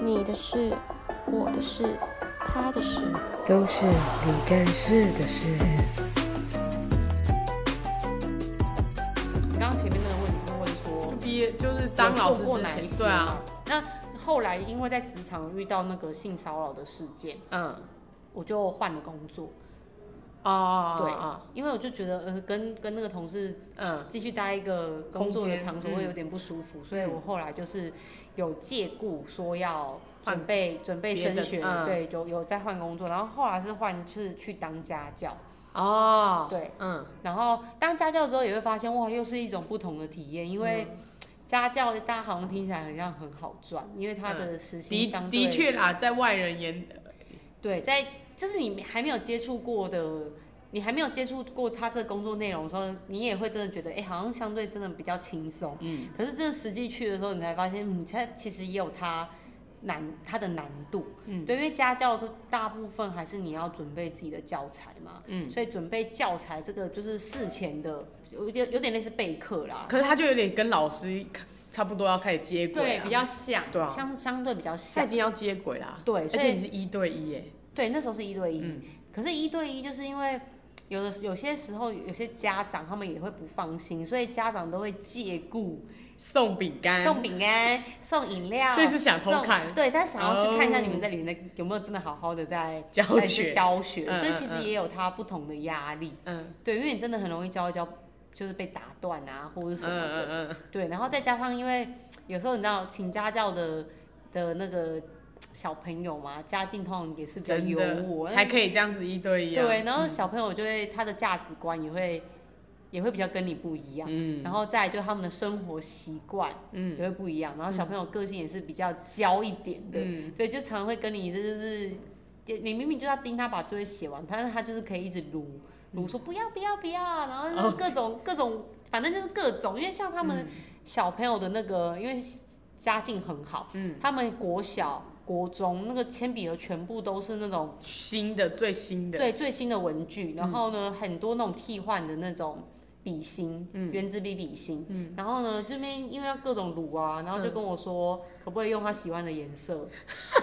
你的事、我的事、他的事。都是你干事的事。刚刚前面那个问题是问说就，毕业就是有当老做师过之哪一前，些对啊吗，？那后来因为在职场遇到那个性骚扰的事件，嗯，我就换了工作。哦，对哦，因为我就觉得，呃，跟跟那个同事嗯，继续待一个工作的空间场所嗯会有点不舒服，所以嗯我后来就是有借故说要换准备准备别的升学，嗯对，有有在换工作，然后后来是换就是去当家教，哦，对，嗯，然后当家教之后也会发现哇，又是一种不同的体验，因为嗯家教大家好像听起来很像很好赚，因为他的时薪的相对的确啦，在外人眼，对，在就是你还没有接触过的，你还没有接触过他这个工作内容的时候，你也会真的觉得，哎、好像相对真的比较轻松。嗯，可是真的实际去的时候，你才发现，嗯，它其实也有它难，它的难度。嗯对，因为家教都大部分还是你要准备自己的教材嘛，嗯，所以准备教材这个就是事前的，有有有点类似备课啦。可是他就有点跟老师差不多要开始接轨对，啦，比较像，对啊相相对比较他像已，经要接轨啦，对，而所且以你是一对一耶，对，那时候是一对一，嗯可是，一对一就是因为有的有些时候，有些家长他们也会不放心，所以家长都会借故送饼干，送饼干、送饮料，所以是想偷看送对，但想要去看一下哦你们在里面的有没有真的好好的在教在学教学，嗯所以其嗯实嗯也有它不同的压力，嗯，对，因为你真的很容易教一教。就是被打断啊，或者嗯什么的，嗯嗯，对，然后再加上因为有时候你知道请家教的的那个小朋友嘛，家境通常也是比较真优渥，那的才可以这样子一对一啊，对，然后小朋友就会、他的价值观也会也会比较跟你不一样，嗯然后再来就他们的生活习惯也嗯会不一样，然后小朋友个性也是比较娇一点的，嗯，所以就常会跟你这就是你明明就要盯他把作业写完，但是他就是可以一直撸嗯撸说不要不要不要，然后哦就是各种、 各种，反正就是各种，因为像他们小朋友的那个，因为家境很好，嗯，他们国小。国中那个铅笔盒全部都是那种新的最新的，嗯对最新的文具，然后呢，很多那种替换的那种笔芯，原子笔笔芯，嗯然后呢，这边因为要各种卤啊，然后就跟我说，可不可以用他喜欢的颜 色，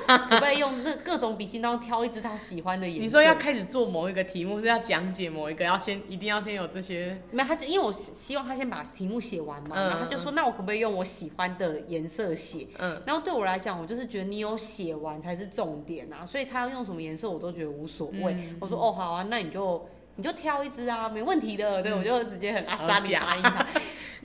可不可以用那各种笔芯当中挑一支他喜欢的颜色？你说要开始做某一个题目，是要讲解某一个，要先一定要先有这些，没有，他就因为我希希望他先把题目写完嘛，嗯然后他就说，那我可不可以用我喜欢的颜色写？嗯，然后对我来讲，我就是觉得你有写完才是重点啊，所以他要用什么颜色我都觉得无所谓。嗯我说哦好啊，那你就你就挑一支啊，没问题的。对、我就直接很阿莎嗯好你假答应他，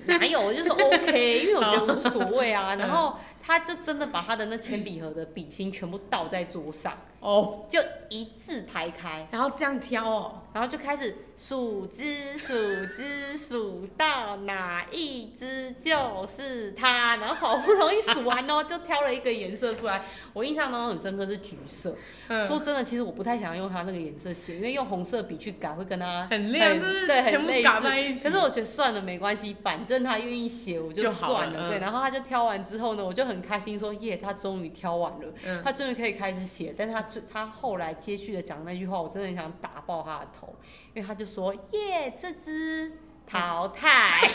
哪有我就说 OK，因为我觉得无所谓啊。嗯然后他就真的把他的那铅笔盒的笔芯全部倒在桌上，哦，就一字排开。然后这样挑哦，然后就开始数只数只数到哪一只就是它，然后好不容易数完哦，就挑了一个颜色出来。我印象当中很深刻是橘色。嗯，说真的，其实我不太想用它那个颜色写，因为用红色笔去改会跟它很亮，就是对全很部类似搞在一起，可是我觉得算了，没关系，反正他愿意写，我就好算了嗯对，然后他就挑完之后呢，我就很开心说，耶，他终于挑完了，嗯他终于可以开始写。但他最他后来接续的讲那句话，我真的很想打爆他的头，因为他就说，耶，这只淘汰。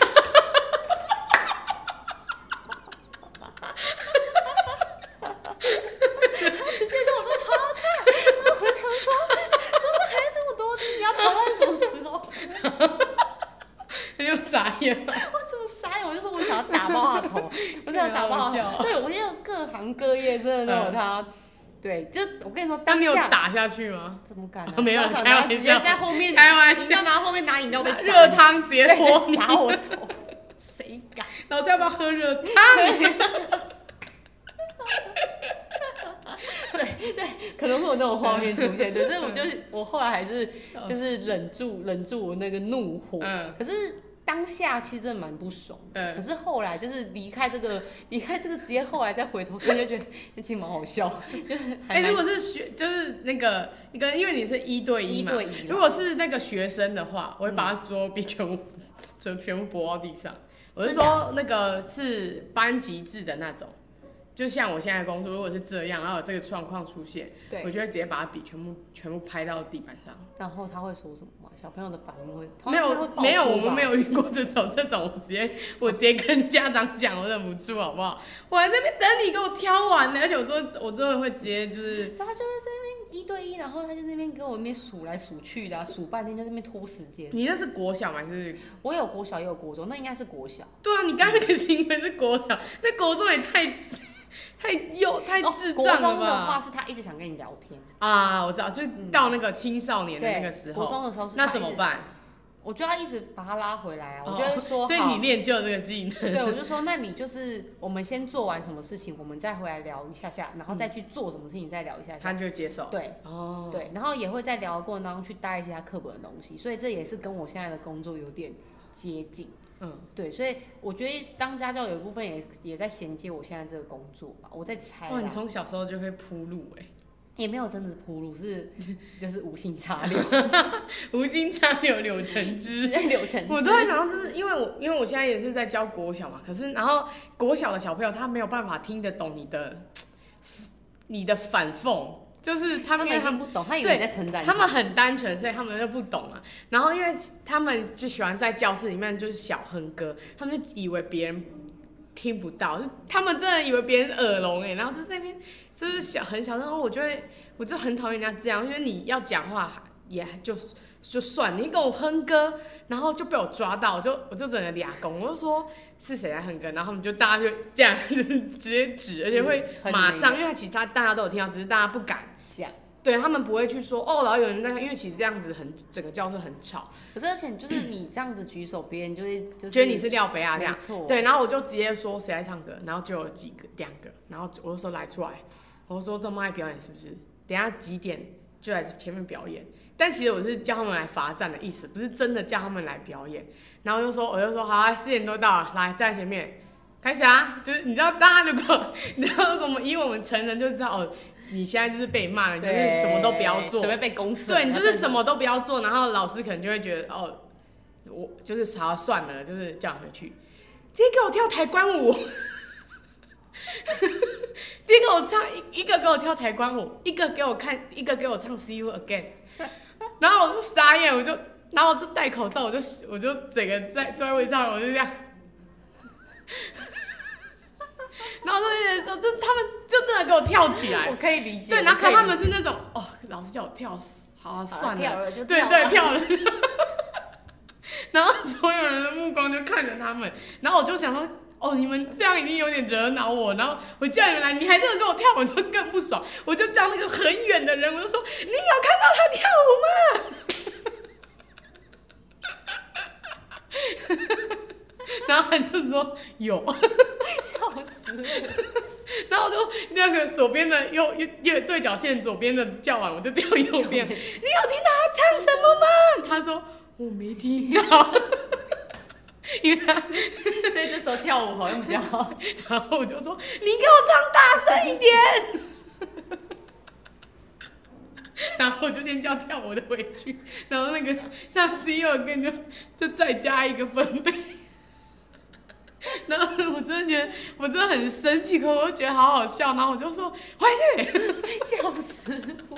他直接跟我说淘汰，然后我想说，怎么还有这么多？你要淘汰什么时候？很有傻眼，我怎么傻眼？我就说我想要打爆他的 头，我想要打爆他好的好头。对，我现在各行各业真的都有他。对，就我跟你说，那当你有下打下去吗？怎么敢、啊？ 没有校长开玩笑直接在后面开玩笑你知道拿后面拿饮料被热汤直接泼你，打我头，谁敢？老师要不要喝热汤？可能会有那种画面出现，对，所以我就嗯我后来还是就是忍住忍住我那个怒火，嗯可是当下其实真的蛮不爽的，嗯可是后来就是离开这个离开这个职业，后来再回头看就觉得 这其实蛮好笑， 就是还哎，蛮如果是学，就是那个一个，因为你是一对一嘛一对一啦，如果是那个学生的话，我会把他桌壁全部全全部拨到地上。我是真的说那个是班级制的那种，就像我现在的工作，如果是这样，然后有这个状况出现，对我就会直接把它笔全部全部拍到地板上。然后他会说什么吗？小朋友的反应会没他会有爆哭没有，我吧们没有遇过这种 这种，我直接我直接跟家长讲，我忍不住好不好？我还在那边等你给我挑完呢，而且我都我真的会直接就是对他就在那边一对一，然后他就那边跟我那边数来数去的啊、数半天，就在那边拖时间。你那是国小吗还是？我有国小也有国中，那应该是国小。对啊，你刚刚那个行为是国小，那国中也太太幼太智哦、国障中了的话吧？是他一直想跟你聊天，啊，我知道，就是到那个青少年的那个时国候，中的时候是他那怎么一直？办？我就要一直把他拉回来啊！我就会说、哦所以好你练就了这个技能。对，我就说，那你就是我们先做完什么事情，我们再回来聊一下下，然后再去做什么事情，再聊一下嗯他下。就接受。对哦，对，然后也会在聊的过程当中去带一些他课本的东西，所以这也是跟我现在的工作有点接近。嗯，对，所以我觉得当家教有一部分也也在衔接我现在这个工作吧，我在猜哇，你啦，从小时候就会铺路哎，也没有真的铺路，是 就是无心插柳，无心插柳柳成直枝。接柳成我枝都在想到，就是因为我因为我现在也是在教国小嘛，可是然后国小的小朋友他没有办法听得懂你的你的反讽，就是他他们们因为一他定们不懂，他以为你在称赞他们很单纯，所以他们就不懂嘛。然后因为他们就喜欢在教室里面就是小哼歌，他们就以为别人听不到，就他们真的以为别人耳聋哎、然后就在那边就是小很小，然后我就会我就很讨厌人家这样，因为你要讲话也就就算，你给我哼歌，然后就被我抓到，我就我就整个俩拱，我就说是谁在哼歌，然后他们就大家就这样就是直接指，而且会很马明上，因为其实他大家都有听到，只是大家不敢。讲。对他们不会去说哦，然后有人在看，因为其实这样子很整个教室很吵，可是而且就是你这样子举手，别人就会就是觉得你是廖北亚这没样。错，对，然后我就直接说谁来唱歌，然后就有几个两个，然后我就说来出来，我说这么爱表演是不是？等一下几点就来前面表演？但其实我是叫他们来罚站的意思，不是真的叫他们来表演。然后就说我就说好啊，四点多到了，来站前面开始啊！就是你知道，大家如果 你知道我们以我们成人就知道哦，你现在就是被骂了，你就是什么都不要做，准备被公审。对你就是什么都不要做，然后老师可能就会觉得哦，我就是啥算了，就是叫你回去，直接给我跳抬棺舞，直接给我唱一一个给我跳抬棺舞，一个给我看，一个给我唱 See You Again，然后我就傻眼，我就然后我就戴口罩，我就我就整个在坐在位置上，我就这样。 然后就说，就他们就真的给我跳起来我，可以理解。对，然我后可看以他理们是那种哦，老师叫我跳，好、啊、解算跳了，了就对跳对了跳了。 然后所有人的目光就看着他们，然后我就想说，哦，你们这样已经有点惹恼我，然后我叫你们来，你还真的跟我跳，我就更不爽，我就叫那个很远的人，我就说，你有看到他跳舞吗？ 然后他就说有，笑死我，然后我就那个左边的右右右对角线左边的叫完，我就调右边。 你有听到他唱什么吗？他说我没听到， 因为他， 所以这时候跳舞好像比较好。然后我就说你给我唱大声一点。 然后我就先叫跳我的回去，然后那个像 C E O 跟就就再加一个分贝。 然后我真的觉得我真的很生气，可我又觉得好好笑，然后我就说回去。 笑死我！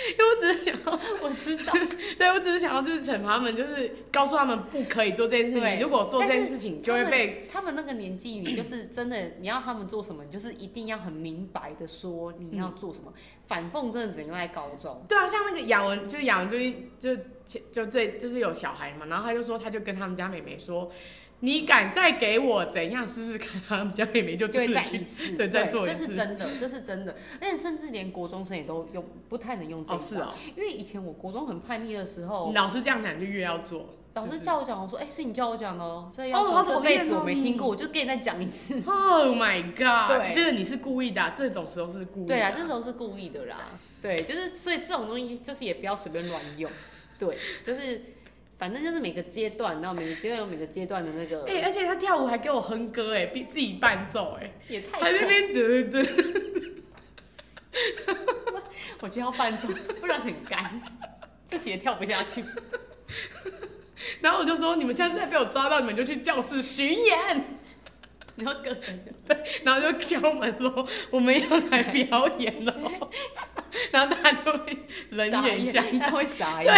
因为 我只是想要，我知道，对我只是想要就是惩罚他们，就是告诉他们不可以做这件事情。对如果做这件事情，就会他们被他们那个年纪，你就是真的，你要他们做什么，你就是一定要很明白的说你要做什么。嗯反讽真的只能用在高中，对啊，像那个雅文，就是雅文最近就就就这就是有小孩嘛，然后他就说他就跟他们家妹妹说，你敢再给我怎样试试看，他们家妹妹就就自会己再去一次，对再做一这次是真的，这是真的。而且甚至连国中生也都用，不太能用这哦一是招哦，因为以前我国中很叛逆的时你候，老师这样讲就越要做，老是师不是叫我讲，我说：“哎、是你叫我讲的哦。”所以要哦好说这讨辈厌子哦我没你听过，我就跟你再讲一次。 ，Oh my god，对这个你是故意的啊、这种时候是故意的，啊对啊啦，这时候是故意的啦。对，就是所以这种东西就是也不要随便乱用。对，就是反正就是每个阶段，然后每个阶段有每个阶段的那个，哎、而且他跳舞还给我哼歌、哎，比自己伴奏、哎。也太还在那恐边得得，我觉得要伴奏，不然很干， 自己也跳不下 去。然后我就说你们下次再被我抓到，你们就去教室巡演。你说哥，然后就敲门说我们要来表演了， 然后大家就会冷眼相应该看，会傻眼。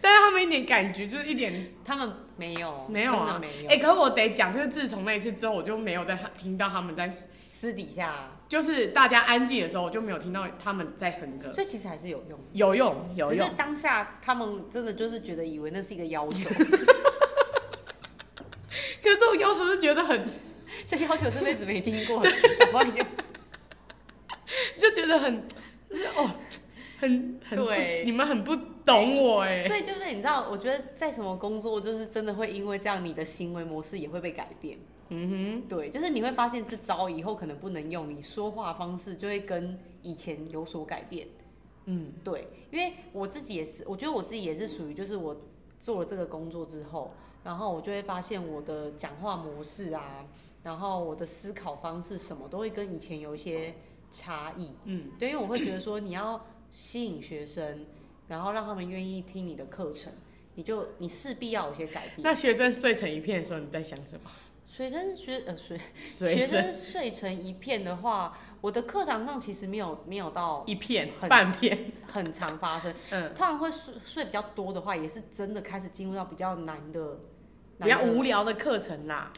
但是他们一点感觉就是一点他们没有，没有真啊的没，有。哎、可是我得讲，就是自从那一次之后，我就没有在听到他们在，私底下，就是大家安静的时候，我就没有听到他们在哼歌，所以其实还是有用。有用有只用是，当下他们真的就是觉得以为那是一个要 求，可是这种要求就觉得很这要求这辈子没听过，搞不好已经就觉得很就是哦，很很不对你们很不懂我哎、所以就是你知道，我觉得在什么工作，就是真的会因为这样，你的行为模式也会被改变。嗯对，就是你会发现这招以后可能不能用，你说话方式就会跟以前有所改变。嗯，对，因为我自己也是，我觉得我自己也是属于，就是我做了这个工作之后，然后我就会发现我的讲话模式啊，然后我的思考方式什么都会跟以前有一些差异。哼嗯对，因为我会觉得说，你要吸引学生，然后让他们愿意听你的课程，你就你势必要有些改变。那学生睡成一片的时候，你在想什么？学生学呃 学学学生生睡成一片的话，我的课堂上其实没有没有到一片很半片，很常发生，嗯，通常会睡睡比较多的话，也是真的开始进入到比较难的，比较难的无聊的课程啦，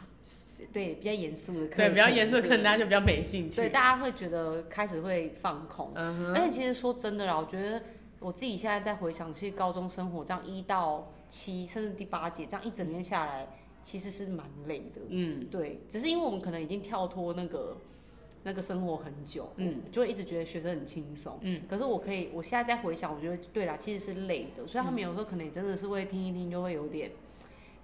对比较严肃的课程，对，比较严肃的课程对大家就比较没兴对趣。大家会觉得开始会放空，嗯哼，而且其实说真的啦，我觉得我自己现在在回想，其实高中生活这样一到七，甚至第八节这样一整天下来，其实是蛮累的。嗯对，只是因为我们可能已经跳脱那个那个生活很久，嗯，就会一直觉得学生很轻松。嗯，可是我可以，我现在再回想，我觉得对啦，其实是累的，所以他嗯们有时候可能也真的是会听一听，就会有点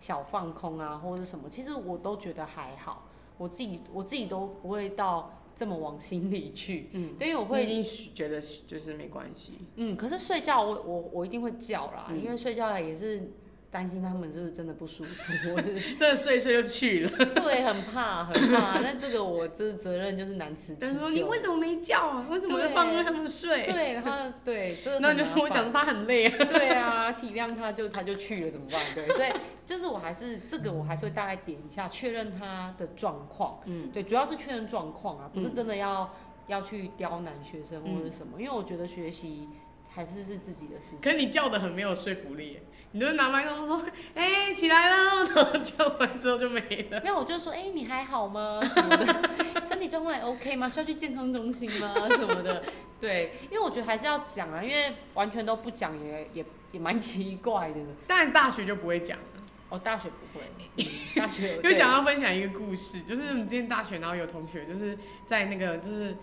小放空啊，或者是什么。其实我都觉得还好，我自己我自己都不会到这么往心里去。嗯，对，因为我我会已经觉得就是没关系，嗯，可是睡觉我我我一定会叫啦，嗯因为睡觉也是担心他们是不是真的不舒服， 我是真的睡一睡就去 了。对很怕很怕。那这个我这责任就是难辞其但是咎。说你为什么没叫啊？为什么要放任他们睡？对，然 后对，这个那很你就麻跟我讲烦说他很累啊。对啊，体谅他就他就去了怎么办？对，所以就是我还是这个我还是会大概点一下，确认他的状况。嗯，对，主要是确认状况啊，不是嗯真的要、要去刁难学生或者嗯什么，因为我觉得学习还是是自己的事情。可是你叫的很没有说服力耶，你就是拿麦克风说：“哎、起来了。”然后叫完之后就没了。 没有，我就说，哎、你还好吗？什么的， 身体状况还 OK 吗？需要去健康中心吗？什么的，对，因为我觉得还是要讲啊，因为完全都不讲也也也蛮奇怪的。但大学就不会讲了。我、大学不会，嗯大学 又对想要分享一个故事，就是我们之前大学，然后有同学就是在那个就是，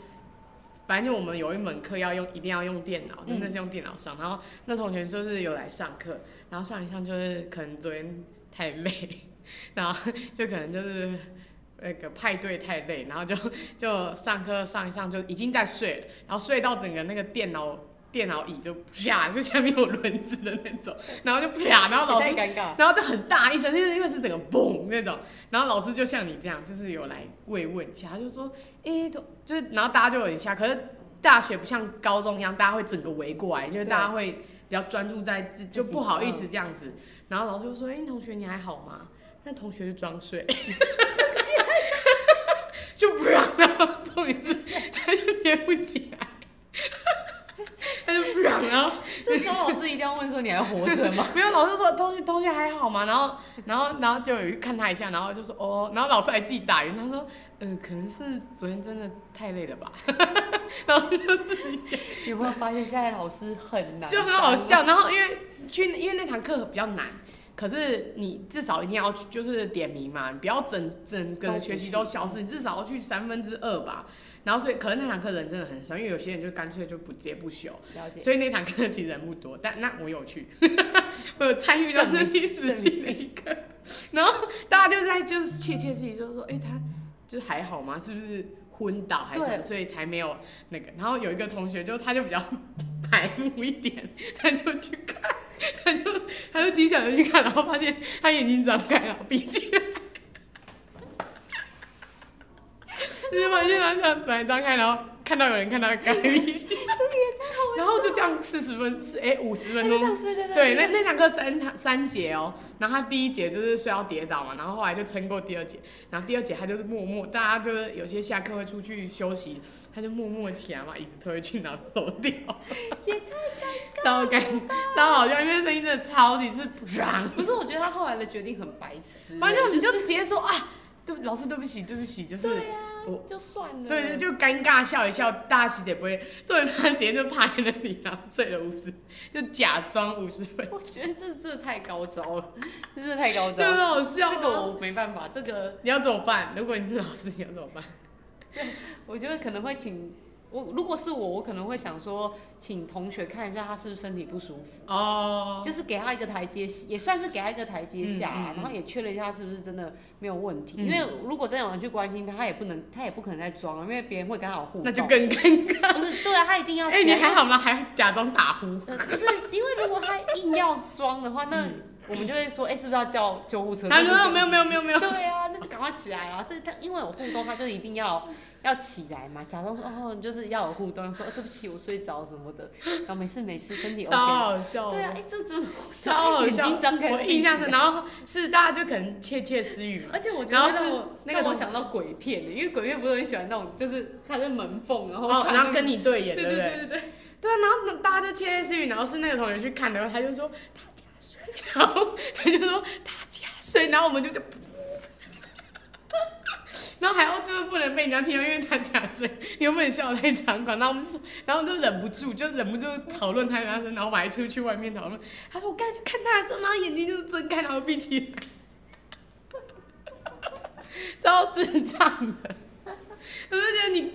反正就我们有一门课要用，一定要用电脑，就嗯那是用电脑上。然后那同学就是有来上课，然后上一上就是可能昨天太累，然后就可能就是那个派对太累，然后就就上课上一上就已经在睡了，然后睡到整个那个电脑。电脑椅就啪，就下面有轮子的那种，然后就啪，然后老师也太尴尬。然后就很大一声，因为因为是整个嘣那种，然后老师就像你这样，就是有来慰问一下，他就说，诶、同就是然后大家就有一下，可是大学不像高中一样，大家会整个围过来，因为对大家会比较专注在自，就自己不好意思这样子。然后老师就说，诶、同学你还好吗？那同学就装睡。就不让后重点是他就接不起来，他就不让，然后这时候老师一定要问说你还活着吗？ 没有，老师说同学同学还好吗？然后然后然后就有去看他一下，然后就说哦，然后老师还自己打圆，他说嗯、呃可能是昨天真的太累了吧，然后就自己讲，有没有发现现在老师很难，就很好。笑。然后因为去因为那堂课比较难。可是你至少一定要去，就是点名嘛，你不要整整个学习都消失，你至少要去三分之二吧。然后所以，可是那堂课人真的很少，因为有些人就干脆就不直接不修。了解，所以那堂课其实人不多，但那我有去， 我有参与到这历史性的一个，然后大家就在就是窃窃私语，就是说，哎、他就是还好吗？是不是昏倒还是什么？对所以才没有那个。然后有一个同学就他就比较 白目一点，他就去看，他就他就低下头去看，然后发现他眼睛张开了，闭起来。就发现他他本来张开，然后看到有人看到他刚闭起来这个也太好然后就这样四十分是哎五十分就这钟样，睡在那里对，那那堂课三堂三节哦，然后他第一节就是睡到跌倒嘛，然后后来就撑过第二节，然后第二节他就是默默，大家就是有些下课会出去休息，他就默默起来嘛，椅子推回去，然后走掉，也太尴尬， 超尴尬，超好笑，因为声音真的超级是不让，不是，我觉得他后来的决定很白痴、反正你就直接说啊，对，老师对不起，对不起，就是。我就算了。对，就尴尬笑一笑，大家其实也不会。重点他直接就趴在那里，然后睡了五十，就假装五十分，我觉得这这太高招了，这真的太高招真的了。很好笑啊。这个我没办法，这个你要怎么办？如果你是老师，你要怎么办？我觉得可能会请我，如果是我，我可能会想说，请同学看一下他是不是身体不舒服，哦，嗯就是给他一个台阶，也算是给他一个台阶下啊、嗯嗯嗯然后也确认一下他是不是真的没有问题。嗯因为如果真的有人去关心他，他也不能，他也不可能再装啊，因为别人会跟他有互动。那就更尴尬。 不是对啊，他一定要 哎、你还好吗？还假装打呼？呃，不是，因为如果他硬要装的话，那我们就会说，哎、是不是要叫救护车？嗯他那说哦就没有没有没有没 有。对啊，那就赶快起来啊！所以他因为有互动，他就一定要要起来嘛，假装说哦，就是要有互动，说、哦、对不起，我睡着什么的，然后没事没事，身体 OK 超了。好笑，对啊，哎、，这真的超好眼笑，睛张开，我印象深。，然后是大家就可能窃窃私语嘛，而且我觉然后得让是我那个让我同想到鬼片欸的，因为鬼片不是很喜欢那种，就是他在门缝，然后哦，看然后那跟个你对眼，对对对对不对对？对，对啊，然后大家就窃窃私语，然后是那个同学去看的，然后他就说大家睡，然后他就说大家睡，然后我们就就，然后还要就是不能被人家听到，因为他假睡，原本笑得太猖狂，然后我们就说，然后就忍不住，就忍不住讨论他的声，然后我还出去外面讨论，他说我刚才去看他的时候，然后眼睛就是睁开，然后闭起来， 超智障的，我就觉得你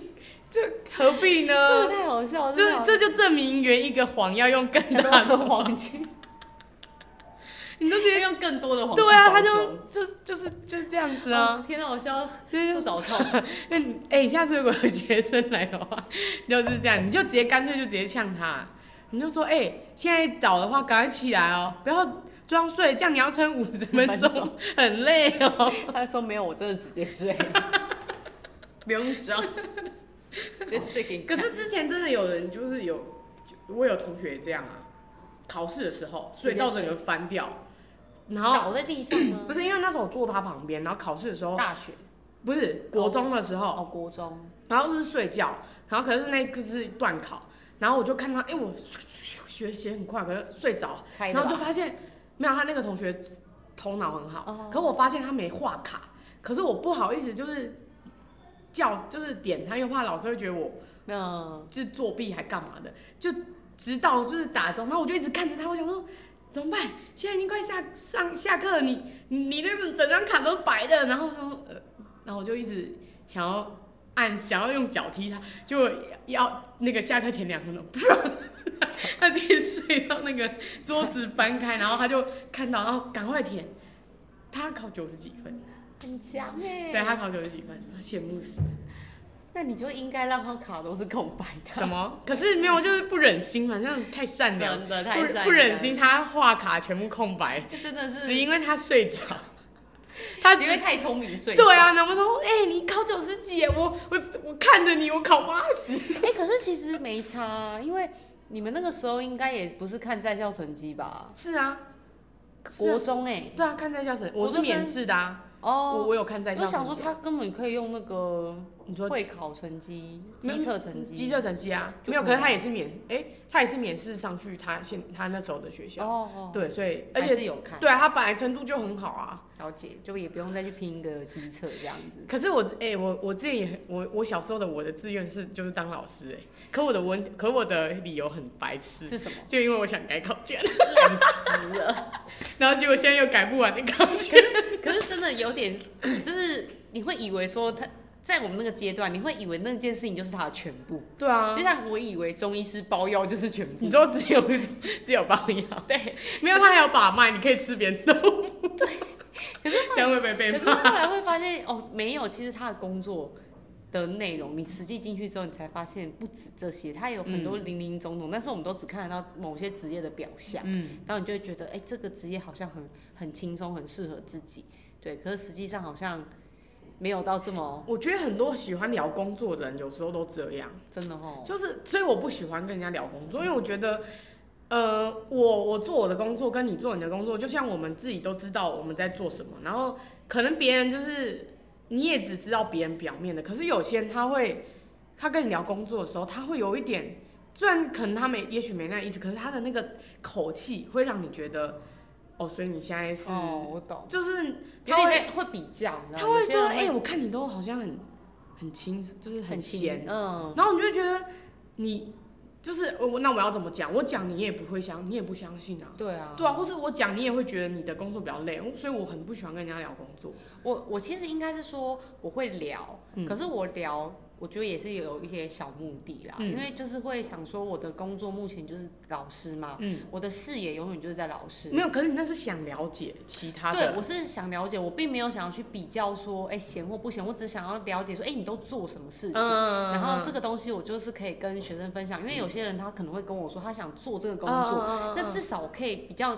这何必呢？这个太好笑了，真的这哦好呃这就证明圆一个谎要用更大大的的 谎，黄金，你都直要接用更多的黄金对啊，包他装就就是就是就是这样子哦啊，天哪，我笑所以不就早 痛。那你哎、下次如果有学生来的话，就是这样，你就直接干脆就直接呛他，你就说哎、现在倒的话赶快起来哦，不要装睡，这样你要撑五十分分钟，很累哦，他说没有，我真的直接睡，不用装，直接睡给你 可看。是之前真的有人就是有，就我有同学也这样啊，考试的时候睡到整个翻掉，然后倒在地上吗？不是因为那时候我坐他旁边，然后考试的时候。大学不是国中的时候，哦，国中然后是睡觉，然后可是那个是断考，然后我就看他，哎、我学习很快，可是睡着，猜然的后就吧？发现没有他那个同学头脑很好哦，可我发现他没画卡，可是我不好意思就是叫就是点他，又怕老师会觉得我那就是作弊还干嘛的，就直到就是打钟，然后我就一直看着他，我想说怎么办？现在已经快下上下课了，你你你那个整张卡都白的，然后他说呃，然后我就一直想要按想要用脚踢他，就要那个下课前两分钟， 不是。他直接睡到那个桌子翻开，然后他就看到，然后赶快填。他考九十几分，很强哎。对他考九十几分，羡慕死。那你就应该让他卡都是空白的。啊什么？ 可是没有，就是不忍心嘛，这样太善良了真的太善不良不忍心，，他画卡全部空白，这真的是只因为他睡着， 他因为只太聪明睡。对，啊，然后我说，哎、你考九十几耶，我我我看着你，我考八十， 哎，可是其实没差啊，因为你们那个时候应该也不是看在校成绩吧？是啊，是啊国中哎，对啊，看在校成，国我中是生免试的啊，我哦，我有看在校我成绩，想说他根本可以用那个你说会考成绩、没有机测成绩、机测成绩啊，就没有，可可以是他也是免，哎、他也是免试上去他现他那时候的学校，哦，对，所以而还且是有看，对啊，他本来程度就很好啊，了解，就也不用再去拼一个机测这样子。可是我哎、我我自己也很我我小时候的我的志愿是就是当老师哎、可我的文可我的理由很白痴，是什么？就因为我想改考卷，烂死了！ 然后结果现在又改不完的考卷。可是真的有点， 就是你会以为说他在我们那个阶段，你会以为那件事情就是他的全部，对啊就，像我以为中医师包药就是全部你。说只有只有包药，对， 没有他还有把脉，你可以吃别人豆腐。可是这样会被被可是骂。后来会发现哦，没有，其实他的工作的内容，你实际进去之后，你才发现不止这些，他有很多零零总总，但是我们都只看得到某些职业的表象。嗯，然后你就会觉得，哎、这个职业好像很很轻松，很适合自己，对。可是实际上好像没有到这么我觉得很多喜欢聊工作的人有时候都这样，真的哦。就是所以我不喜欢跟人家聊工嗯作，因为我觉得，呃，我我做我的工作，跟你做你的工作，就像我们自己都知道我们在做什么，然后可能别人就是你也只知道别人表面的，可是有些人他会，他跟你聊工作的时候，他会有一点，虽然可能他没也许没那意思，可是他的那个口气会让你觉得，哦，所以你现在是，哦，我懂，就是有他会点会比较，你知道吗他会有些说：“人哎、我看你都好像很很轻，就是很闲闲，。嗯，然后你就觉得你就是我，那我要怎么讲？我讲你也不会相，你也不相信啊。对啊，对啊，或是我讲你也会觉得你的工作比较累，所以我很不喜欢跟人家聊工作。我我其实应该是说我会聊，嗯可是我聊，我觉得也是有一些小目的啦，嗯因为就是会想说我的工作目前就是老师嘛，嗯我的视野永远就是在老师。没有，可是你那是想了解其他对的，，我是想了解，我并没有想要去比较说，哎、闲或不闲，我只想要了解说，哎、你都做什么事情。嗯然后这个东西我就是可以跟学生分享，因为有些人他可能会跟我说他想做这个工作，作那至少我可以比较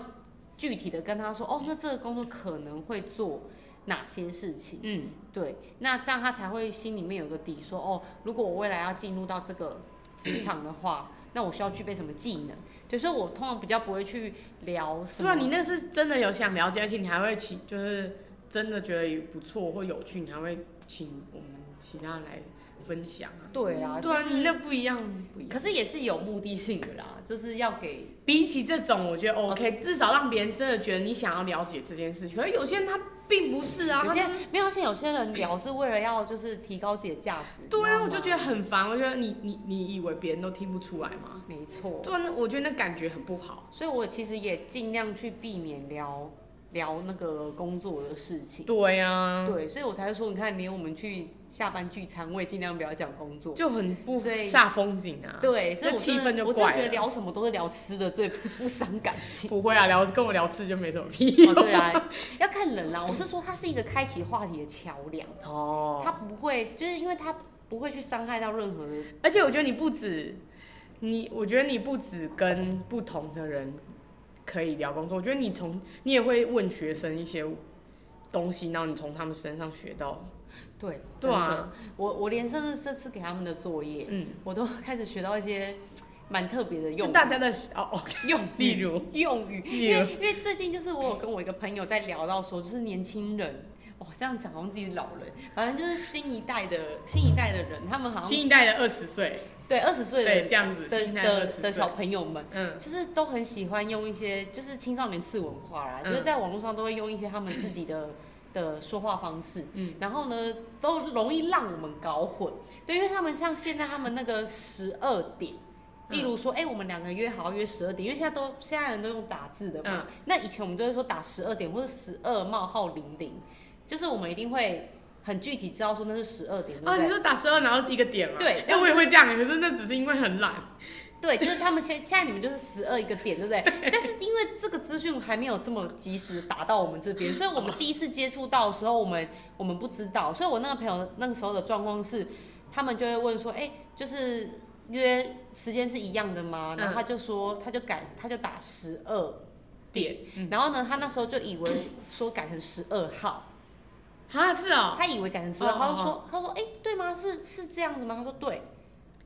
具体的跟他说，哦，那这个工作可能会做哪些事情？嗯对，那这样他才会心里面有个底说哦，如果我未来要进入到这个职场的话，那我需要具备什么技能？对，所以我通常比较不会去聊什对么。啊，你那是真的有想了解，而且你还会请，就是真的觉得也不错或有趣，你还会请我们其他人来分享啊。对啊，对啊，就是你那不一样，不一样。可是也是有目的性的啦，就是要给比起这种，我觉得啊 OK，至少让别人真的觉得你想要了解这件事情。可是有些人他并不是啊，有他些嗯没有，而且有些人聊是为了要就是提高自己的价值。对啊，我就觉得得很烦。我觉得你你你以为别人都听不出来吗？没错，对啊，那我觉得那感觉很不好。所以我其实也尽量去避免聊聊那个工作的事情。对啊，对，所以我才会说，你看，连我们去下班聚餐，我也尽量不要讲工作。就很不所以煞风景啊。对，所以那我气真的氛就我真的怪觉得了聊什么都是聊吃的，最不伤感 情。不会啊，聊跟我聊吃就没什么屁哦，用。对啊，要看人啦。我是说，它是一个开启话题的桥梁，哦它不会，就是因为它不会去伤害到任何人。而且我觉得你不止你，我觉得你不止跟不同的人可以聊工作，我觉得你从你也会问学生一些东西，然后你从他们身上学到。对，对真啊的，我我连甚至这次给他们的作业，嗯，我都 开始学到一些蛮特别的就用大家的哦哦，用 例如用语，例因如为因为最近就是我有跟我一个朋友在聊到说，就是年轻人，哇，这样讲好像自己是老人，反正就是新一代的新一代的人，他们好像新一代的二十岁，对二十岁的对，人这样子，的新一代的的二十的岁小，朋友们。嗯，就是都很喜欢用一些，就是青少年次文化啦，嗯就是在网络上都会用一些他们自己的的说话方式，嗯然后呢，都容易让我们搞混，对，因为他们像现在他们那个十二点。嗯例如说，哎、我们两个约好要约十二点，因为现在都现在人都用打字的嘛。嗯那以前我们都会说打十二点或者十二冒号零零，就是我们一定会很具体知道说那是十二点，对不哦，对？你说打十二然后一个点嘛，对哎，我也会这样，可是那只是因为很懒，对，就是他们现现在你们就是十二一个点，对 不对？但是因为这个资讯还没有这么及时打到我们这边，所以我们第一次接触到的时候，我们我们不知道。所以我那个朋友那个时候的状况是，他们就会问说，哎、就是约时间是一样的吗？然后嗯他就说，他就改，他就打十二点，嗯然后呢，他那时候就以为说改成十二号。啊，是哦，他以为改成十二，哦他就哦说，他说，哎、对吗？是是这样子吗？他说对，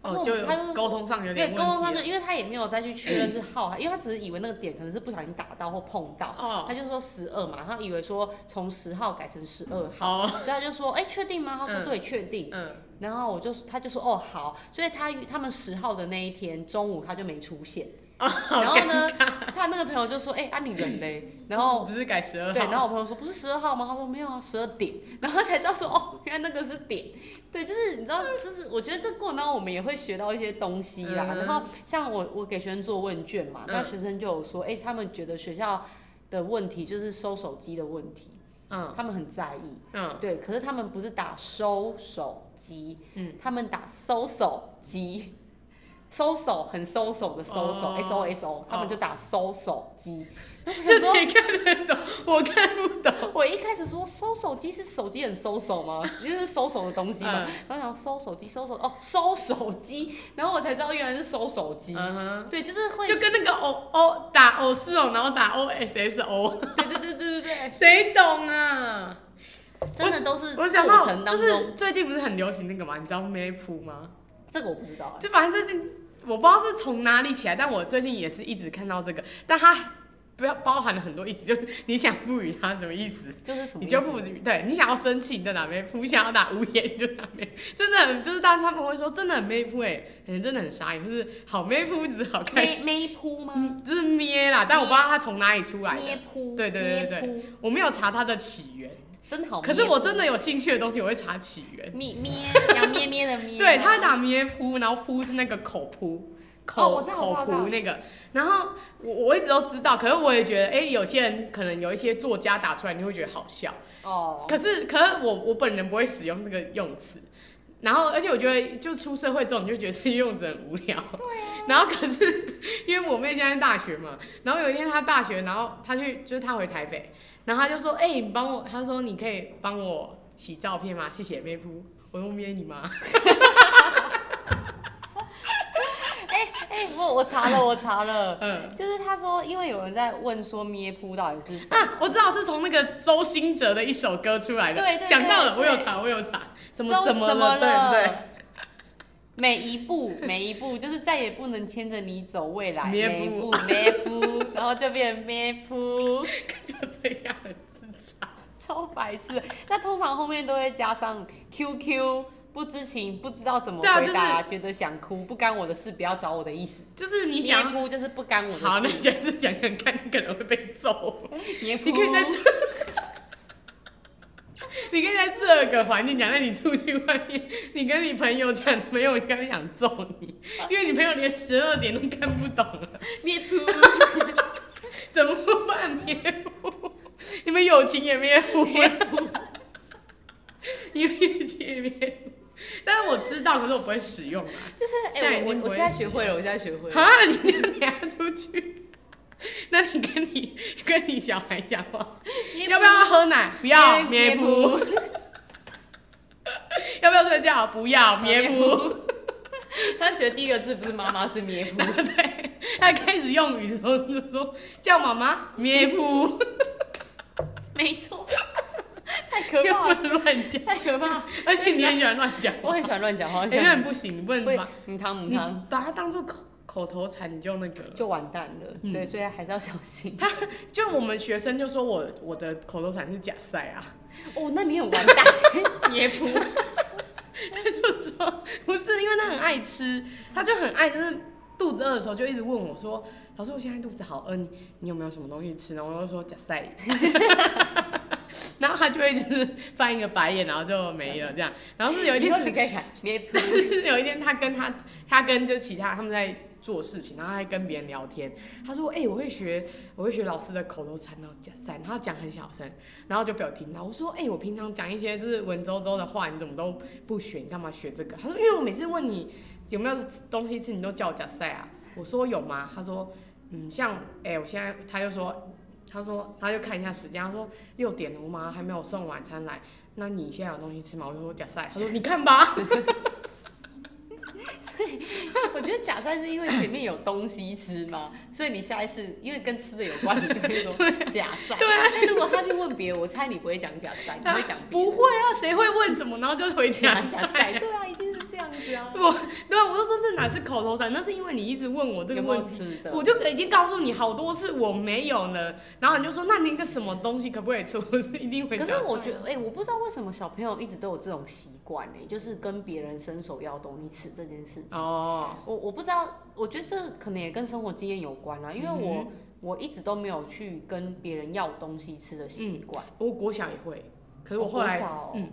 他说哦，我就们他就有是沟通上有对，点沟问题通上就了，因为他也没有再去确认是号，因为他只是以为那个点可能是不小心打到或碰到，哦，他就说十二嘛，他以为说从十号改成十二号，好，所以他就说，哎、确定吗？他说嗯对，确定。嗯，然后我就他就说哦好，所以他他们十号的那一天中午他就没出 现，哦然后呢，他那个朋友就说，哎、啊你人嘞？然后。不是改十二哦 对，然号，后我朋友说不是十二号吗？他说没有啊，十二点， 然后才知道说哦，原来那个是点。 对，就是你知嗯道，就是我觉得这过程当中我们也会学到一些东西啦。嗯然后像我我给学生做问卷嘛，那嗯学生就有说，哎、他们觉得学校的问题就是收手机的问题，嗯他们很在意。嗯，对，可是他们不是打收手机，嗯他们打搜手机。 搜手很搜手的搜手、哦 s O S O，他们就打搜手 机。然后我这想说谁看得懂？我看不 懂。我一开始说收手机是手机很收手 吗？因为是收手的东西嘛嗯。然后想收手机，收手哦，收手机，然后我才知道原来是收手机。嗯对，就是会哼，就跟那个 O O 打偶是哦，然后打 O S S O， 对对对对对对，谁懂啊？真的都是我过想到程当就中，是最近不是很流行那个嘛，你知道妹夫吗？这个我不知道、欸。就反正最近我不知道是从哪里起来，但我最近也是一直看到这个，但它不要包含了很多意思，就是你想赋予它什么意思，就是什么意思？你就赋予对你想要生气你就打妹夫，你想要打无言你就打妹夫，真的很就是大家他们会说真的很妹夫哎、欸，人真的很傻眼，就是好妹夫只是好看，咩咩扑吗？就是咩啦，但我不知道它从哪里出来咩的，扑？对对对咩对扑，我没有查它的起源，真好咩扑。可是我真的有兴趣的东西我会查起源。咩咩杨咩咩的咩，对，他会打咩扑，然后扑是那个口扑，口、哦我知道我知道口我知扑道那个。然后我我一直都知道，可是我也觉得，哎、有些人可能有一些作家打出来，你会觉得好笑。哦，可是，可是我我本人不会使用这个用词。然后，而且我觉得，就出社会之后，你就觉得这些用词很无聊。对、啊然后，可是因为我妹现在大学嘛，然后有一天她大学，然后她去，就是她回台北，然后她就说：“哎、你帮我，她说你可以帮我洗照片吗？谢谢妹夫。”我说：“咩你妈。”哎哎，我我查了我查了，嗯，就是他说，因为有人在问说咩扑到底是什么，啊，我知道是从那个周兴哲的一首歌出来的，对对想到了，对我有查，我有查，怎么中怎么怎么对不对？ 每一步，每一步，就是再也不能牵着你走未来。咩每一步步，咩扑，然后就变成咩扑， 就这样很智障。超白痴的。那通常后面都会加上 QQ，不知情，不知道怎么对啊回答，觉得想哭，不干我的事，不要找我的意思。就是你咩想，扑就是不干我的事。好，那你下次讲讲看，你可能会被揍。咩扑，你可以在这，你可以在这个环境讲，那你出去外面，你跟你朋友讲，没有应该想揍你，因为你朋友连十二点都看不懂了。 咩扑，怎么办灭户？你们友情也灭户了，你们友情也灭户。但是我知道，可是我不会使用啊。就是现在哎、已我我经不我会现在使学会了，我现在学会了。啊，你这样等下出去，那你跟你跟你小孩讲话，咩要不要喝奶？不要灭扑户。要不要睡觉？不要灭户。扑。 他学第一个字不是妈妈是咩扑，对，他开始用语的时候就说叫妈妈灭户， 没错，太可又怕不了，能 乱讲，太可怕了。而且你很喜欢乱讲。 我很喜欢乱讲话， 我哎、很喜那你欢不行，你不能会把母汤母你汤把它当做口口头禅，你就那个了。就完蛋了。嗯对，所以还是要小心。就我们学生就说我我的口头禅是假赛啊， 哦，那你很完 蛋，咩扑。他就说不是，因为他很爱吃，他就很爱，就是肚子饿的时候就一直问我说，老师我现在肚子好饿，你你有没有什么东西吃？然后我就说假赛， 然后他就会就是翻一个白眼，然后就没了这样。然后是有一你天说你可以看咩扑，就是 有一天他跟他他跟就其他他们在做事情，然后他在跟别人聊天，他说：“哎、我会学我会学老师的口头禅，然后讲然后讲很小声，然后就被我听到。”我说：“哎、我平常讲一些就是文绉绉的话，你怎么都不学？你干嘛学这个？”他说：“因为我每次问你有没有东西吃，你都叫我假赛啊。”我说：“有吗？”他说：“嗯，像哎、我现在他就说。”他说，他就看一下时间，他说六点了，我马上还没有送晚餐来。那你现在有东西吃吗？我就说假赛。他说你看吧。 我觉得假赛是因为前面有东西吃嘛，所以你下一次因为跟吃的有关，你就 会说假赛。对啊，但如果他去问别人，我猜你不会讲假赛，你会讲不会啊，谁会问什么，然后就 回假家假菜赛。？对啊，一定是这样子 啊。我对啊，我就说这哪是口头禅，那是因为你一直问我这个有没问有题，吃的？我就已经告诉你好多次我没有了，然后你就说那那个什么东西可不可以吃，我就一定会。可是我觉得，哎、我不知道为什么小朋友一直都有这种习惯呢，就是跟别人伸手要东西吃这件事情。哦，我我不知道，我觉得这可能也跟生活经验有关啦，啊因为嗯我、我一直都没有去跟别人要东西吃的习惯。我国小也会，嗯可是我我后国来小哦嗯，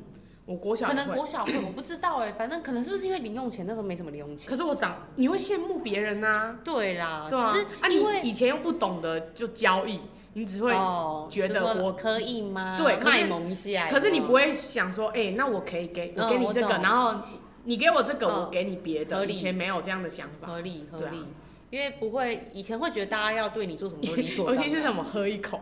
我国小可也能会，国小会，我不知道哎，反正可能是不是因为零用钱那时候没什么零用钱？可是我长你会羡慕别人呐，对啦，对啊只是，啊因你为、以前又不懂得就交易，你只会哦，觉就得说我可以吗？对可是卖萌一下。可是你有没有不会想说，哎、那我可以给我嗯给你我这个，懂然后你给我这个，嗯我给你别合的。理以前没有这样的想法，合理合对啊理，因为不会以前会觉得大家要对你做什么都理所 尤当然。其是什么喝一口，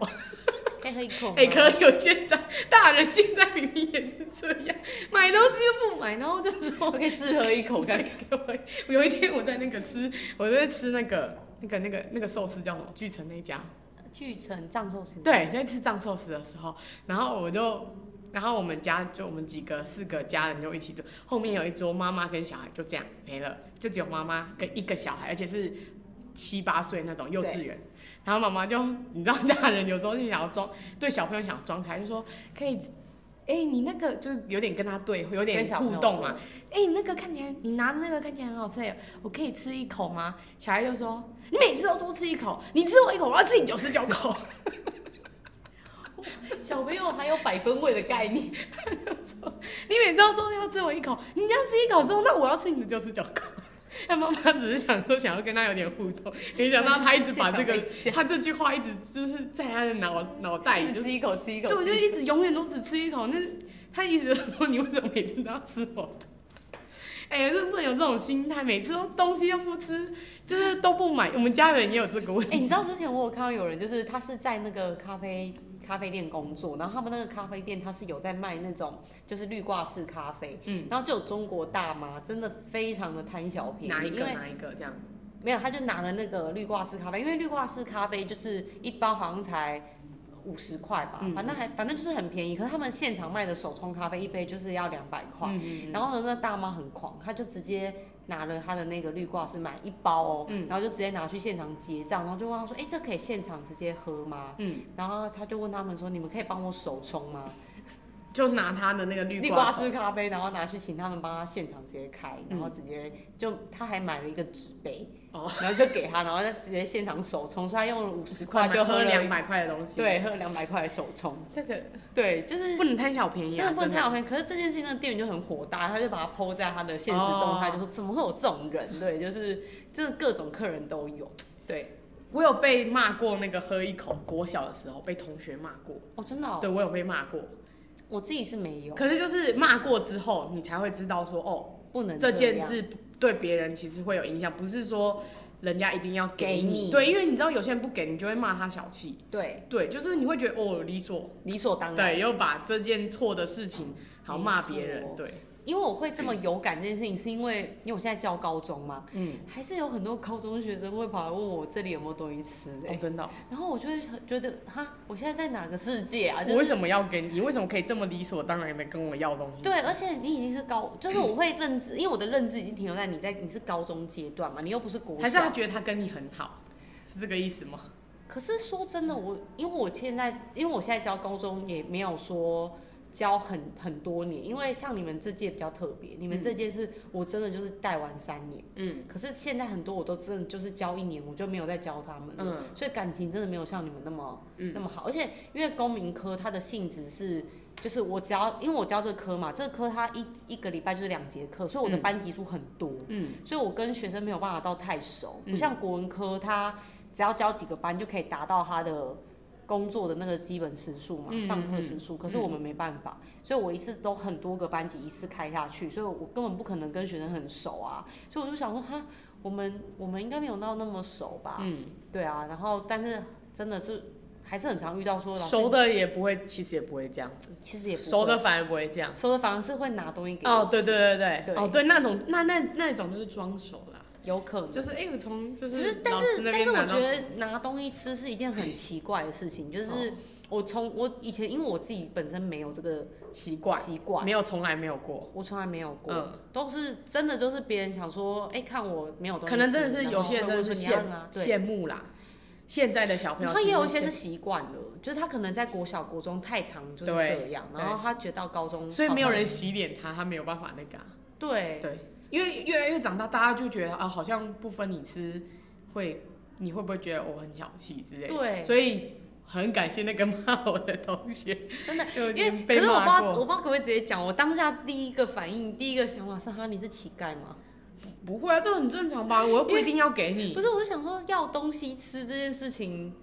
可以喝一口吗？哎、可是有些长大人现在明明也是这样，买东西又不买，然后就我说可以试喝一口看给看。我。我有一天我在那个吃，我在吃那个那个那个那个寿司叫什么？巨城那一家，巨城藏寿司，对，在吃藏寿司的时候，然后我就然后我们家就我们几个四个家人就一起坐，后面有一桌妈妈跟小孩，就这样没了，就只有妈妈跟一个小孩，而且是七八岁那种幼稚园。然后妈妈就你知道大人有时候就想要装对小朋友想装开，就说可以，哎、你那个就是有点跟他对，有点跟小朋互友动嘛。哎、你那个看起来你拿的那个看起来很好吃耶，我可以吃一口吗？小孩就说你每次都说吃一口，你吃我一口，我要吃你九十九口。小朋友还有百分位的概念，你每次都说要吃我一口，你这样吃一口之后，那我要吃你的九十九口。 那妈妈只是想说，想要跟他有点互动，没想到他一直把 这个现场被呛他这句话一直就是在他的脑脑袋里，一直就吃一口吃一口，对，我就一直永远都只吃一口。那他一直都说你为什么每次都要吃我 的？哎、呀，这不能有这种心态，每次都东西又不吃，就是都不买。我们家人也有这个问哎、题。你知道之前我有看到有人，就是他是在那个咖啡咖啡店工作，然后他们那个咖啡店他是有在卖那种就是绿挂式咖啡，嗯，然后就有中国大妈真的非常的贪小便宜，哪一哎因个啊为哪一个这样？没有，他就拿了那个绿挂式咖啡，因为绿挂式咖啡就是一包好像才五十块吧，嗯反正还反正就是很便宜。可是他们现场卖的手冲咖啡一杯就是要两百块，嗯然后呢，那大妈很狂，她就直接拿了她的那个绿挂式买一包哦，嗯然后就直接拿去现场结账，然后就问她说：“哎、这可以现场直接喝吗？”嗯，然后她就问他们说：“你们可以帮我手冲吗？”就拿他的那个绿绿瓜手丝咖啡，然后拿去请他们帮他现场直接开，然后直接就他还买了一个纸杯，嗯哦然后就给他，然后就直接现场手冲，所以他用了五十十块块就就喝喝了两，百块的东西。，对，喝了两百块的手冲，这个对，就是不能贪小便宜、真啊，的不能太好看。可是这件事情，那个店员就很火大，他就把它抛在他的现实动态，哦就说怎么会有这种人？对，就是真的各种客人都有，对，我有被骂过，那个喝一口，国小的时候被同学骂过，哦，真的、哦，对我有被骂过。我自己是没有，可是就是骂过之后，你才会知道说，哦，不能嗯这这件样事对别人其实会有影响，不是说人家一定要给给你对，因为你知道有些人不给你就会骂他小气，对对，就是你会觉得哦理所，理所当然，对，又把这件错的事情好骂别没错人，对，因为我会这么有感这件事情，是因为因为我现在教高中嘛，嗯，还是有很多高中学生会跑来问我这里有没有东西吃、哦欸，真的哦、然后我就会很觉得哈，我现在在哪个世界啊？我就为是什么要给你？你为什么可以这么理所当然的跟我要东西？对，而且你已经是高，就是我会认知，因为我的认知已经停留在你在你是高中阶段嘛，你又不是国还是他小。觉得他跟你很好，是这个意思吗？可是说真的，我因为我现在因为我现在教高中也没有说。教很很多年，因为像你们这届比较特别，你们这届是、我真的就是带完三年，嗯可是现在很多我都真的就是教一年，我就没有再教他们了。嗯所以感情真的没有像你们那么、嗯那么好。而且因为公民科它的性质是，就是我只要因为我教这个科嘛，这个科它一一个礼拜就是两节课，所以我的嗯班级数很多，嗯，所以我跟学生没有办法到太熟，不嗯像国文科它只要教几个班就可以达到它的。工作的那个基本时数嘛，嗯上课嗯时数，可是我们没办法，所以我一次都很多个班级一次开下去，所以我根本不可能跟学生很熟啊，所以我就想说，哈，我们我们应该没有到那么熟吧，嗯，对啊，然后但是真的是还是很常遇到说老师熟的也不会，其实也不会这样子，其实也不会熟的反而不会这样。熟的反而是会拿东西给我哦，对吃对对对对，哦对，那种那那那种就是装熟啦，有可能。就是哎、我从就只是，但老师是但那边是我拿到觉得拿东西吃是一件很奇怪的事情，哦就是我从我以前因为我自己本身没有这个习惯，习惯没，有从来没有过，我从来没有过，嗯都是真的就是别人想说，哎、看我没有东西吃，可能真的是然有后些人会真的问是说你羡要拿啊对。羡慕啦，现在的小朋友然后也有一其实些是是习惯了，就是他可能在国小、国中太长就是对这样，然后他觉得到高中，羡所以没有人洗脸他，他没有办法那个啊、对对，因为越来越长大，大家就觉得啊，好像不分你吃会，你会不会觉得我很小气之类的？对，所以很感谢那个骂我的同学，真的，因为因为被可是我不知骂道，我不过。知道可不可以直接讲，我当下第一个反应、第一个想法是哈，你是乞丐吗？不会啊，这很正常吧？我又不一定要给你不。是，我就想说要东西吃这件事情，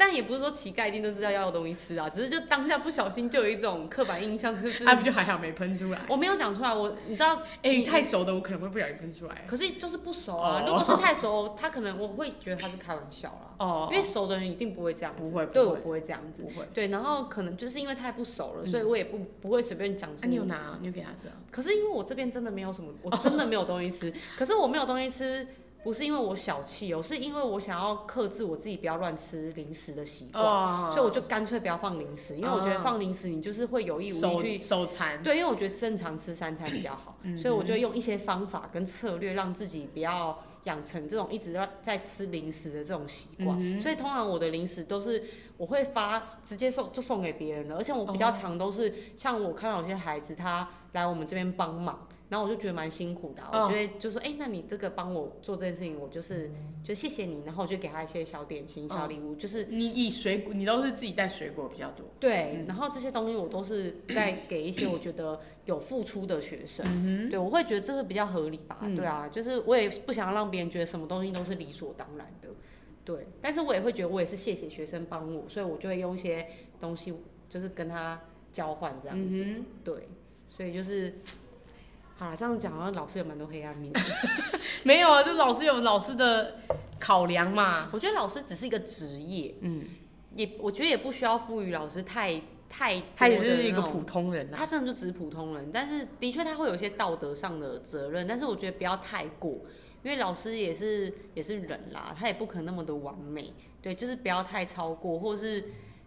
但也不是说乞丐一定都是要要东西吃啊，只是就当下不小心就有一种刻板印象，就是、啊，不就还好没喷出来？我没有讲出来，我你知道，哎、你太熟的我可能会不小心喷出来。可是就是不熟啊。哦如果是太熟，他可能我会觉得他是开玩笑啦，哦，因为熟的人一定不会这样子，不会对不我会不会这样子不。会。对，然后可能就是因为太不熟了，嗯所以我也不不会随便讲出。啊，你有拿、啊？你有给他吃啊？可是因为我这边真的没有什么，我真的没有东西吃。可是我没有东西吃，不是因为我小气哦，是因为我想要克制我自己不要乱吃零食的习惯，哦，所以我就干脆不要放零食，因为我觉得放零食你就是会有意无手意去。手残，对，因为我觉得正常吃三餐比较好，所以我就用一些方法跟策略让自己不要养成这种一直在在吃零食的这种习惯。所以通常我的零食都是我会发直接送就送给别人了，而且我比较常都是、像我看到有些孩子他来我们这边帮忙。然后我就觉得蛮辛苦的啊、我嗯觉得就说，哎、那你这个帮我做这件事情，我就是就谢谢你，然后我就给他一些小点心、小礼物，就是你以水果，你都是自己带水果比较多，对，然后这些东西我都是在给一些我觉得有付出的学生，嗯对我会觉得这个比较合理吧，对啊，就是我也不想让别人觉得什么东西都是理所当然的，对，但是我也会觉得我也是谢谢学生帮我，所以我就会用一些东西就是跟他交换这样子，嗯对，所以就是，好了，这样讲好像老师有蛮多黑暗面，啊哼，没有啊，就老师有老师的考量嘛，我觉得老师只是一个职业，嗯，也我觉得也不需要赋予老师太太他也多的是一那个种普通人啊，他真的就只是普通人，但是的确他会有一些道德上的责任，但是我觉得不要太过，因为老师也是也是人啦，他也不可能那么的完美，对，就是不要太超过，或是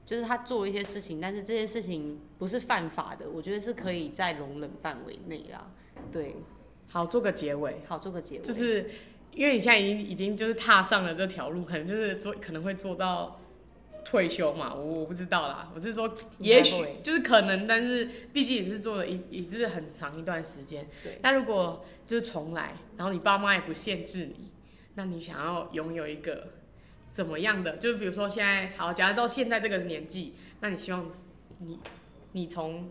就是他做一些事情，但是这些事情不是犯法的，我觉得是可以在容忍范围内啦，对，好，做个结尾，好做个结尾，就是因为你现在已经已经就是踏上了这条路，可能就是做可能会做到退休嘛，我我不知道啦，我是说应该也会许就是可能，但是毕竟也是做了一也是很长一段时间对。那如果就是重来，然后你爸妈也不限制你，那你想要拥有一个怎么样的？就是比如说现在好，假如到现在这个年纪，那你希望你你从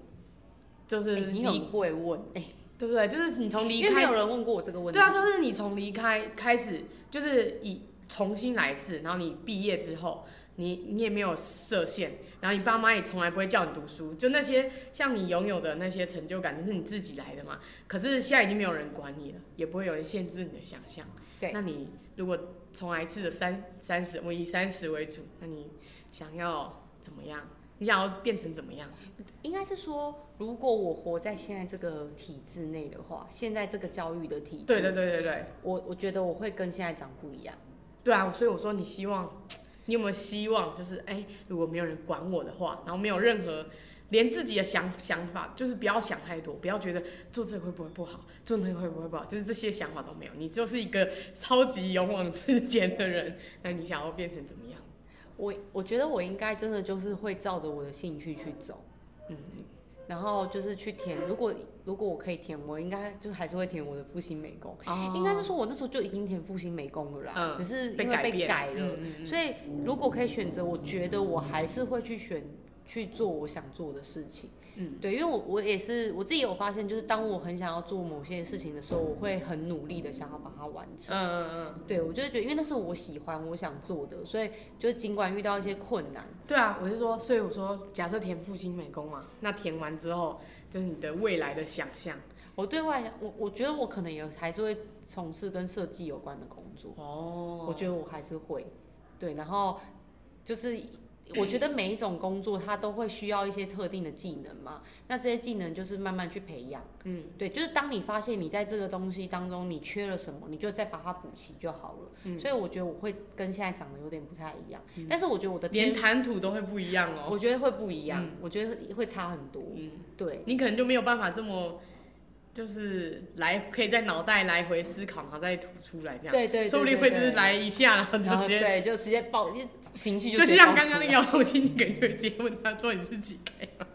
就是哎你很会问，哎、对不对？就是你从离因为没开有人问过我这个问题，对啊，就是你从离开开始，就是以重新来一次，然后你毕业之后，你你也没有设限，然后你爸妈也从来不会叫你读书，就那些像你拥有的那些成就感，就是你自己来的嘛。可是现在已经没有人管你了，也不会有人限制你的想象。对那你如果重来一次的三三十，我以三十为主，那你想要怎么样？你想要变成怎么样？应该是说，如果我活在现在这个体制内的话，现在这个教育的体制，对对对对对，我我觉得我会跟现在长不一样。对啊，所以我说你希望，你有没有希望？就是哎、如果没有人管我的话，然后没有任何连自己的想想法，就是不要想太多，不要觉得做这个会不会不好，做那个会不会不好，就是这些想法都没有。你就是一个超级勇往直前的人， 那你想要变成怎么样？我我觉得我应该真的就是会照着我的兴趣去走，嗯，然后就是去填。如果如果我可以填，我应该就还是会填我的复兴美工。哦应该是说我那时候就已经填复兴美工了啦，嗯只是因被为改被变改了。嗯嗯嗯所以如果可以选择，我觉得我还是会去选去做我想做的事情。嗯，对，因为我我也是我自己有发现，就是当我很想要做某些事情的时候，我会很努力的想要把它完成。嗯嗯嗯，对，我就会觉得，因为那是我喜欢、我想做的，所以就尽管遇到一些困难，对啊，我是说，所以我说，假设填复兴美工啊，那填完之后，就是你的未来的想象。我对外，我我觉得我可能也还是会从事跟设计有关的工作，哦我觉得我还是会，对，然后就是我觉得每一种工作它都会需要一些特定的技能嘛，那这些技能就是慢慢去培养，嗯，对，就是当你发现你在这个东西当中你缺了什么，你就再把它补齐就好了，嗯所以我觉得我会跟现在长得有点不太一样，但是我觉得我的连天，谈吐都会不一样哦。我觉得会不一样，嗯我觉得会差很多，嗯。对，你可能就没有办法这么，就是来可以在脑袋来回思考，然后再吐出来这样。对对，说不定对会对就是来一下，然后然就后直接，对，就直接爆，就情绪就直接像爆刚出刚那来个姚东新，你可能就会直接问他说你是 几个？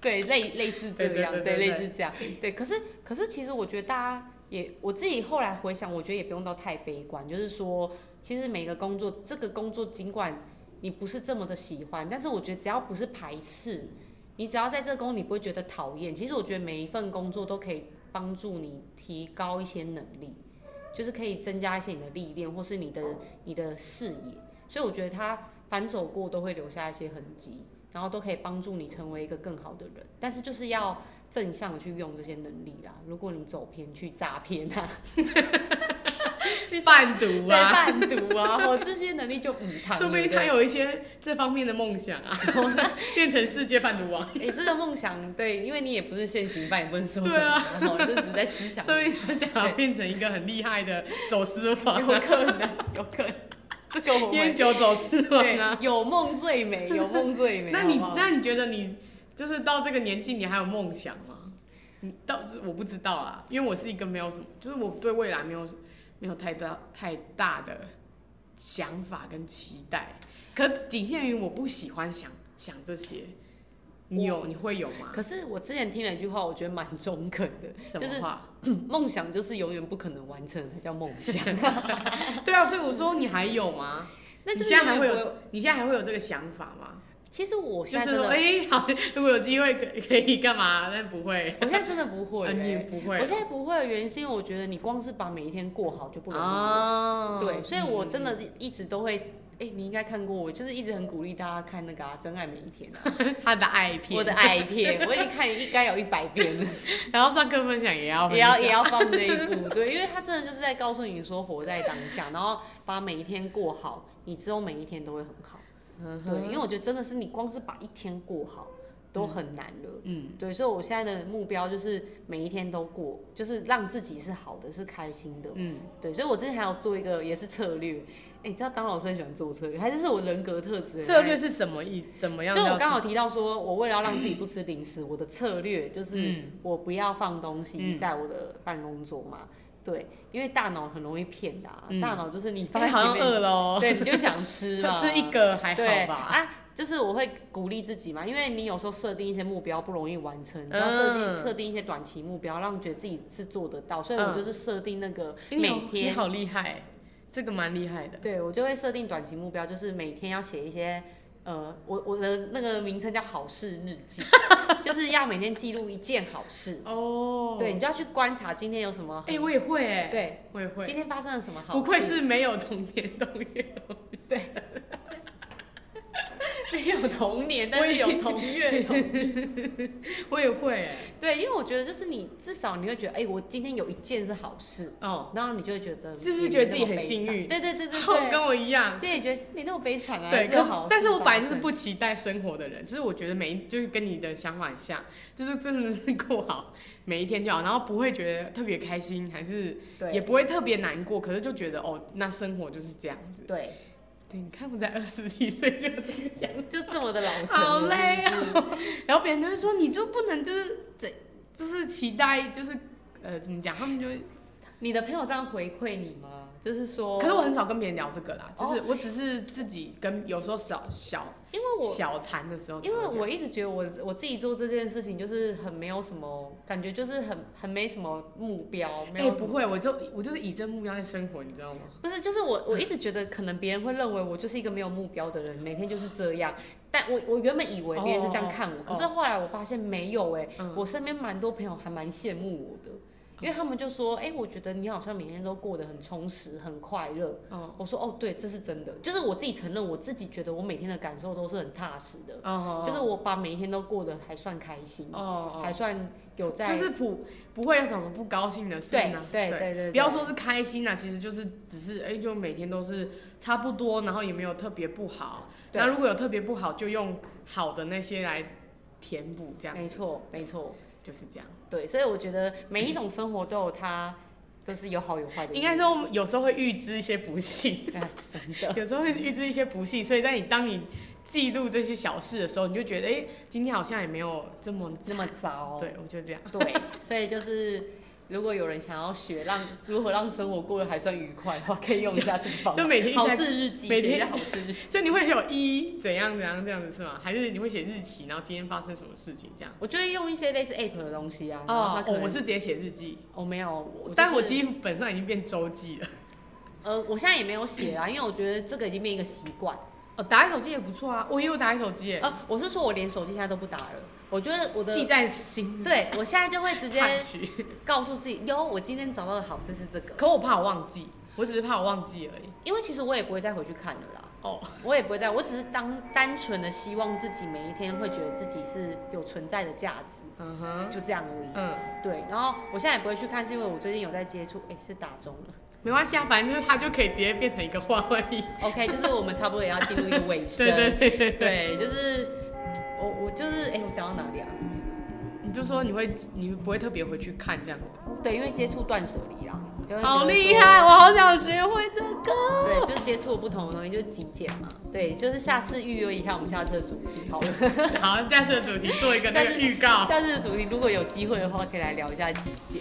对，类类似这对对样，对对，对类似这样，对。可是可是，其实我觉得大家也，我自己后来回想，我觉得也不用到太悲观，就是说，其实每个工作，这个工作尽管你不是这么的喜欢，但是我觉得只要不是排斥，你只要在这个工，你不会觉得讨厌。其实我觉得每一份工作都可以帮助你提高一些能力，就是可以增加一些你的历练，或是你的你的视野。所以我觉得他反走过都会留下一些痕迹。然后都可以帮助你成为一个更好的人。但是就是要正向的去用这些能力啦。如果你走偏去诈骗啊，去贩毒 对啊，贩毒啊，或这些能力就五堂。说不定对对他有一些这方面的梦 想啊，变成世界贩毒王，哎、这个梦想对，因为你也不是现行犯，也不能说什么，对啊然后就只是在思想， 说不定他想要变成一个很厉害的走私有王啊，可能，有可能，这个我烟们酒走私王 对啊。有梦最 美，有梦最美。那你好不好那你觉得你就是到这个年纪，你还有梦想吗？你到我不知道啦，因为我是一个没有什么，就是我对未来没有没有太大太大的想法跟期待，可仅限于我不喜欢想想这些。你有你会有吗？可是我之前听了一句话，我觉得蛮中肯的， 什就么是话？梦想就是永远不可能完成的，它叫梦 想。对啊，所以我说你还有吗？那你就是现在还会永远不有，你现在还会有这个想法吗？其实我就现在是真说，的，哎、好，如果有机会可以可以干嘛？但不会， 我现在真的不会、啊，你也欸。不会我现在不会的原因是因为我觉得你光是把每一天过好就不容易了。啊对，所以我真的。的一直都会，哎、你应该看过我，就是一直很鼓励大家看那个、啊《真爱每一天》啊，他的爱片，我的，爱片，我已经看应该有一百遍了，然后上课分享也要分也要享也要放这一 部，对，因为他真的就是在告诉你说活在当下，然后把每一天过好，你之后每一天都会很好。嗯哼对，因为我觉得真的是你光是把一天过好都很难了。嗯，对，所以我现在的目标就是每一天都过，就是让自己是好的，是开心的。嗯，对，所以我之前还有做一个也是策略，哎、你知道当老师很喜欢做策略，还是是我人格特质。策略。是怎么一怎么样就叫？我刚好提到说，我为了要让自己不吃零食，我的策略就是嗯我不要放东西嗯在我的办公桌嘛。对，因为大脑很容易骗的、啊，嗯大脑就是你放哎在好前像饿面，了哦，对，你就想 吃嘛，吃一个还对好吧？啊，就是我会鼓励自己嘛，因为你有时候设定一些目标不容易完成，你要设定嗯设定一些短期目标，让你觉得自己是做得到，所以我嗯就是设定那个哎你好每你天，好厉害，这个蛮厉害的。对我就会设定短期目标，就是每天要写一些。呃，我我的那个名称叫好事日记， 就是要每天记录一件好事。哦对，你，就要去观察今天有什么哎，很。我也会哎，对，我也会今。天发生了什么好事？不愧是没有童年童月， 没有童年，但我是也有童月童 我也会哎。对，因为我觉得就是你至少你会觉得，哎、我今天有一件是好事，哦，然后你就会觉得是不是没觉得那自己么很悲幸惨运对对对对好对，跟我一样。就也觉得没那么悲惨啊，对，还可有是好但是我发本来就是生不期待生活的人，就是我觉得每一就是跟你的想法很像，就是真的是 过好每一天就好，然后不会觉得特别开心，还是对也不会特别难过，可是就觉得哦，那生活就是这样子。对，对，你看我才二十几岁 就这样想，就这么的老成了，好累是不是哦。 然后别人就会说，你就不能就是这，就是期待，就是呃怎么讲，他们就会。你的朋友这样回馈你吗？就是说，可是我很少跟别人聊这个啦，哦就是我只是自己跟有时候小小因为我。小谈的时候才因会这为样，我一直觉得我我自己做这件事情就是很没有什么感觉，就是很很没什么目标，没哎、有、不，会，我就我就是以这目标在生活，你知道吗？不是就是我我一直觉得可能别人会认为我就是一个没有目标的 人，每天就是这样。但我我原本以为别人是这样看我，哦可是后来我发现没有哎、嗯，我身边蛮多朋友还蛮羡慕我的，因为他们就说：“哎、我觉得你好像每天都过得很充实、很快乐。哦”我说：“哦，对，这是真的。”就是我自己承认，我自己觉得我每天的感受都是很踏实的，哦，就是我把每一天都过得还算开心，还哦算有哦，在，就是不不会有什么不高兴的事对呢、对对对对，不要说是开心啊，其实就是只是哎、就每天都是差不多，然后也没有特别不好。对那如果有特别不好，就用好的那些来填补，这样没错没错，就是这样。对，所以我觉得每一种生活都有它，就是有好有坏的一面，应该说我们有时候会预知一些不幸， 哎真的。有时候会预知一些不幸，所以在你当你记录这些小事的时候，你就觉得哎、今天好像也没有 这么这么糟， 对，我就这样。 对，所以就是如果有人想要学让如何让生活过得还算愉快的话，可以用一下这个方法。就每天一好直在事日记，每写一下天好事日记。所以你会有一怎样怎样这样子是吗？还是你会写日期，然后今天发生什么事情这样？我就会用一些类似 app 的东西啊，然后它可哦能我是直接写日记，我没有，我但我其实基本上已经变周记 了。呃，我现在也没有写啊，因为我觉得这个已经变一个习惯。哦，打在手机也不错啊，我也有打在手机耶，呃，我是说我连手机现在都不打了，我觉得我的记在心对我现在就会直接 看去。告诉自己，哟，我今天找到的好事是这个，可我怕我忘记，我只是怕我忘记而已。因为其实我也不会再回去看了啦。哦，我也不会这样，我只是当单纯的希望自己每一天会觉得自己是有存在的价值，嗯哼，就这样而已。嗯，对，然后我现在也不会去看，是因为我最近有在接触，哎，是打中了。没关系啊，反正就是它就可以直接变成一个话外音。 OK，就是我们差不多也要进入一个尾声。 对对对对对对，就是我我就是哎，我讲到哪里啊？你就说你会你不会特别回去看这样子，对，因为接触断舍离啦，就会觉得好厉说害，哦我好想学会这个。对，就是接触不同的东西，就是极简嘛。对，就是下次预约一下我们下次的主题 好了。 好，下次的主题做一个那下个次预告。下次的主题如果有机会的话，可以来聊一下极简。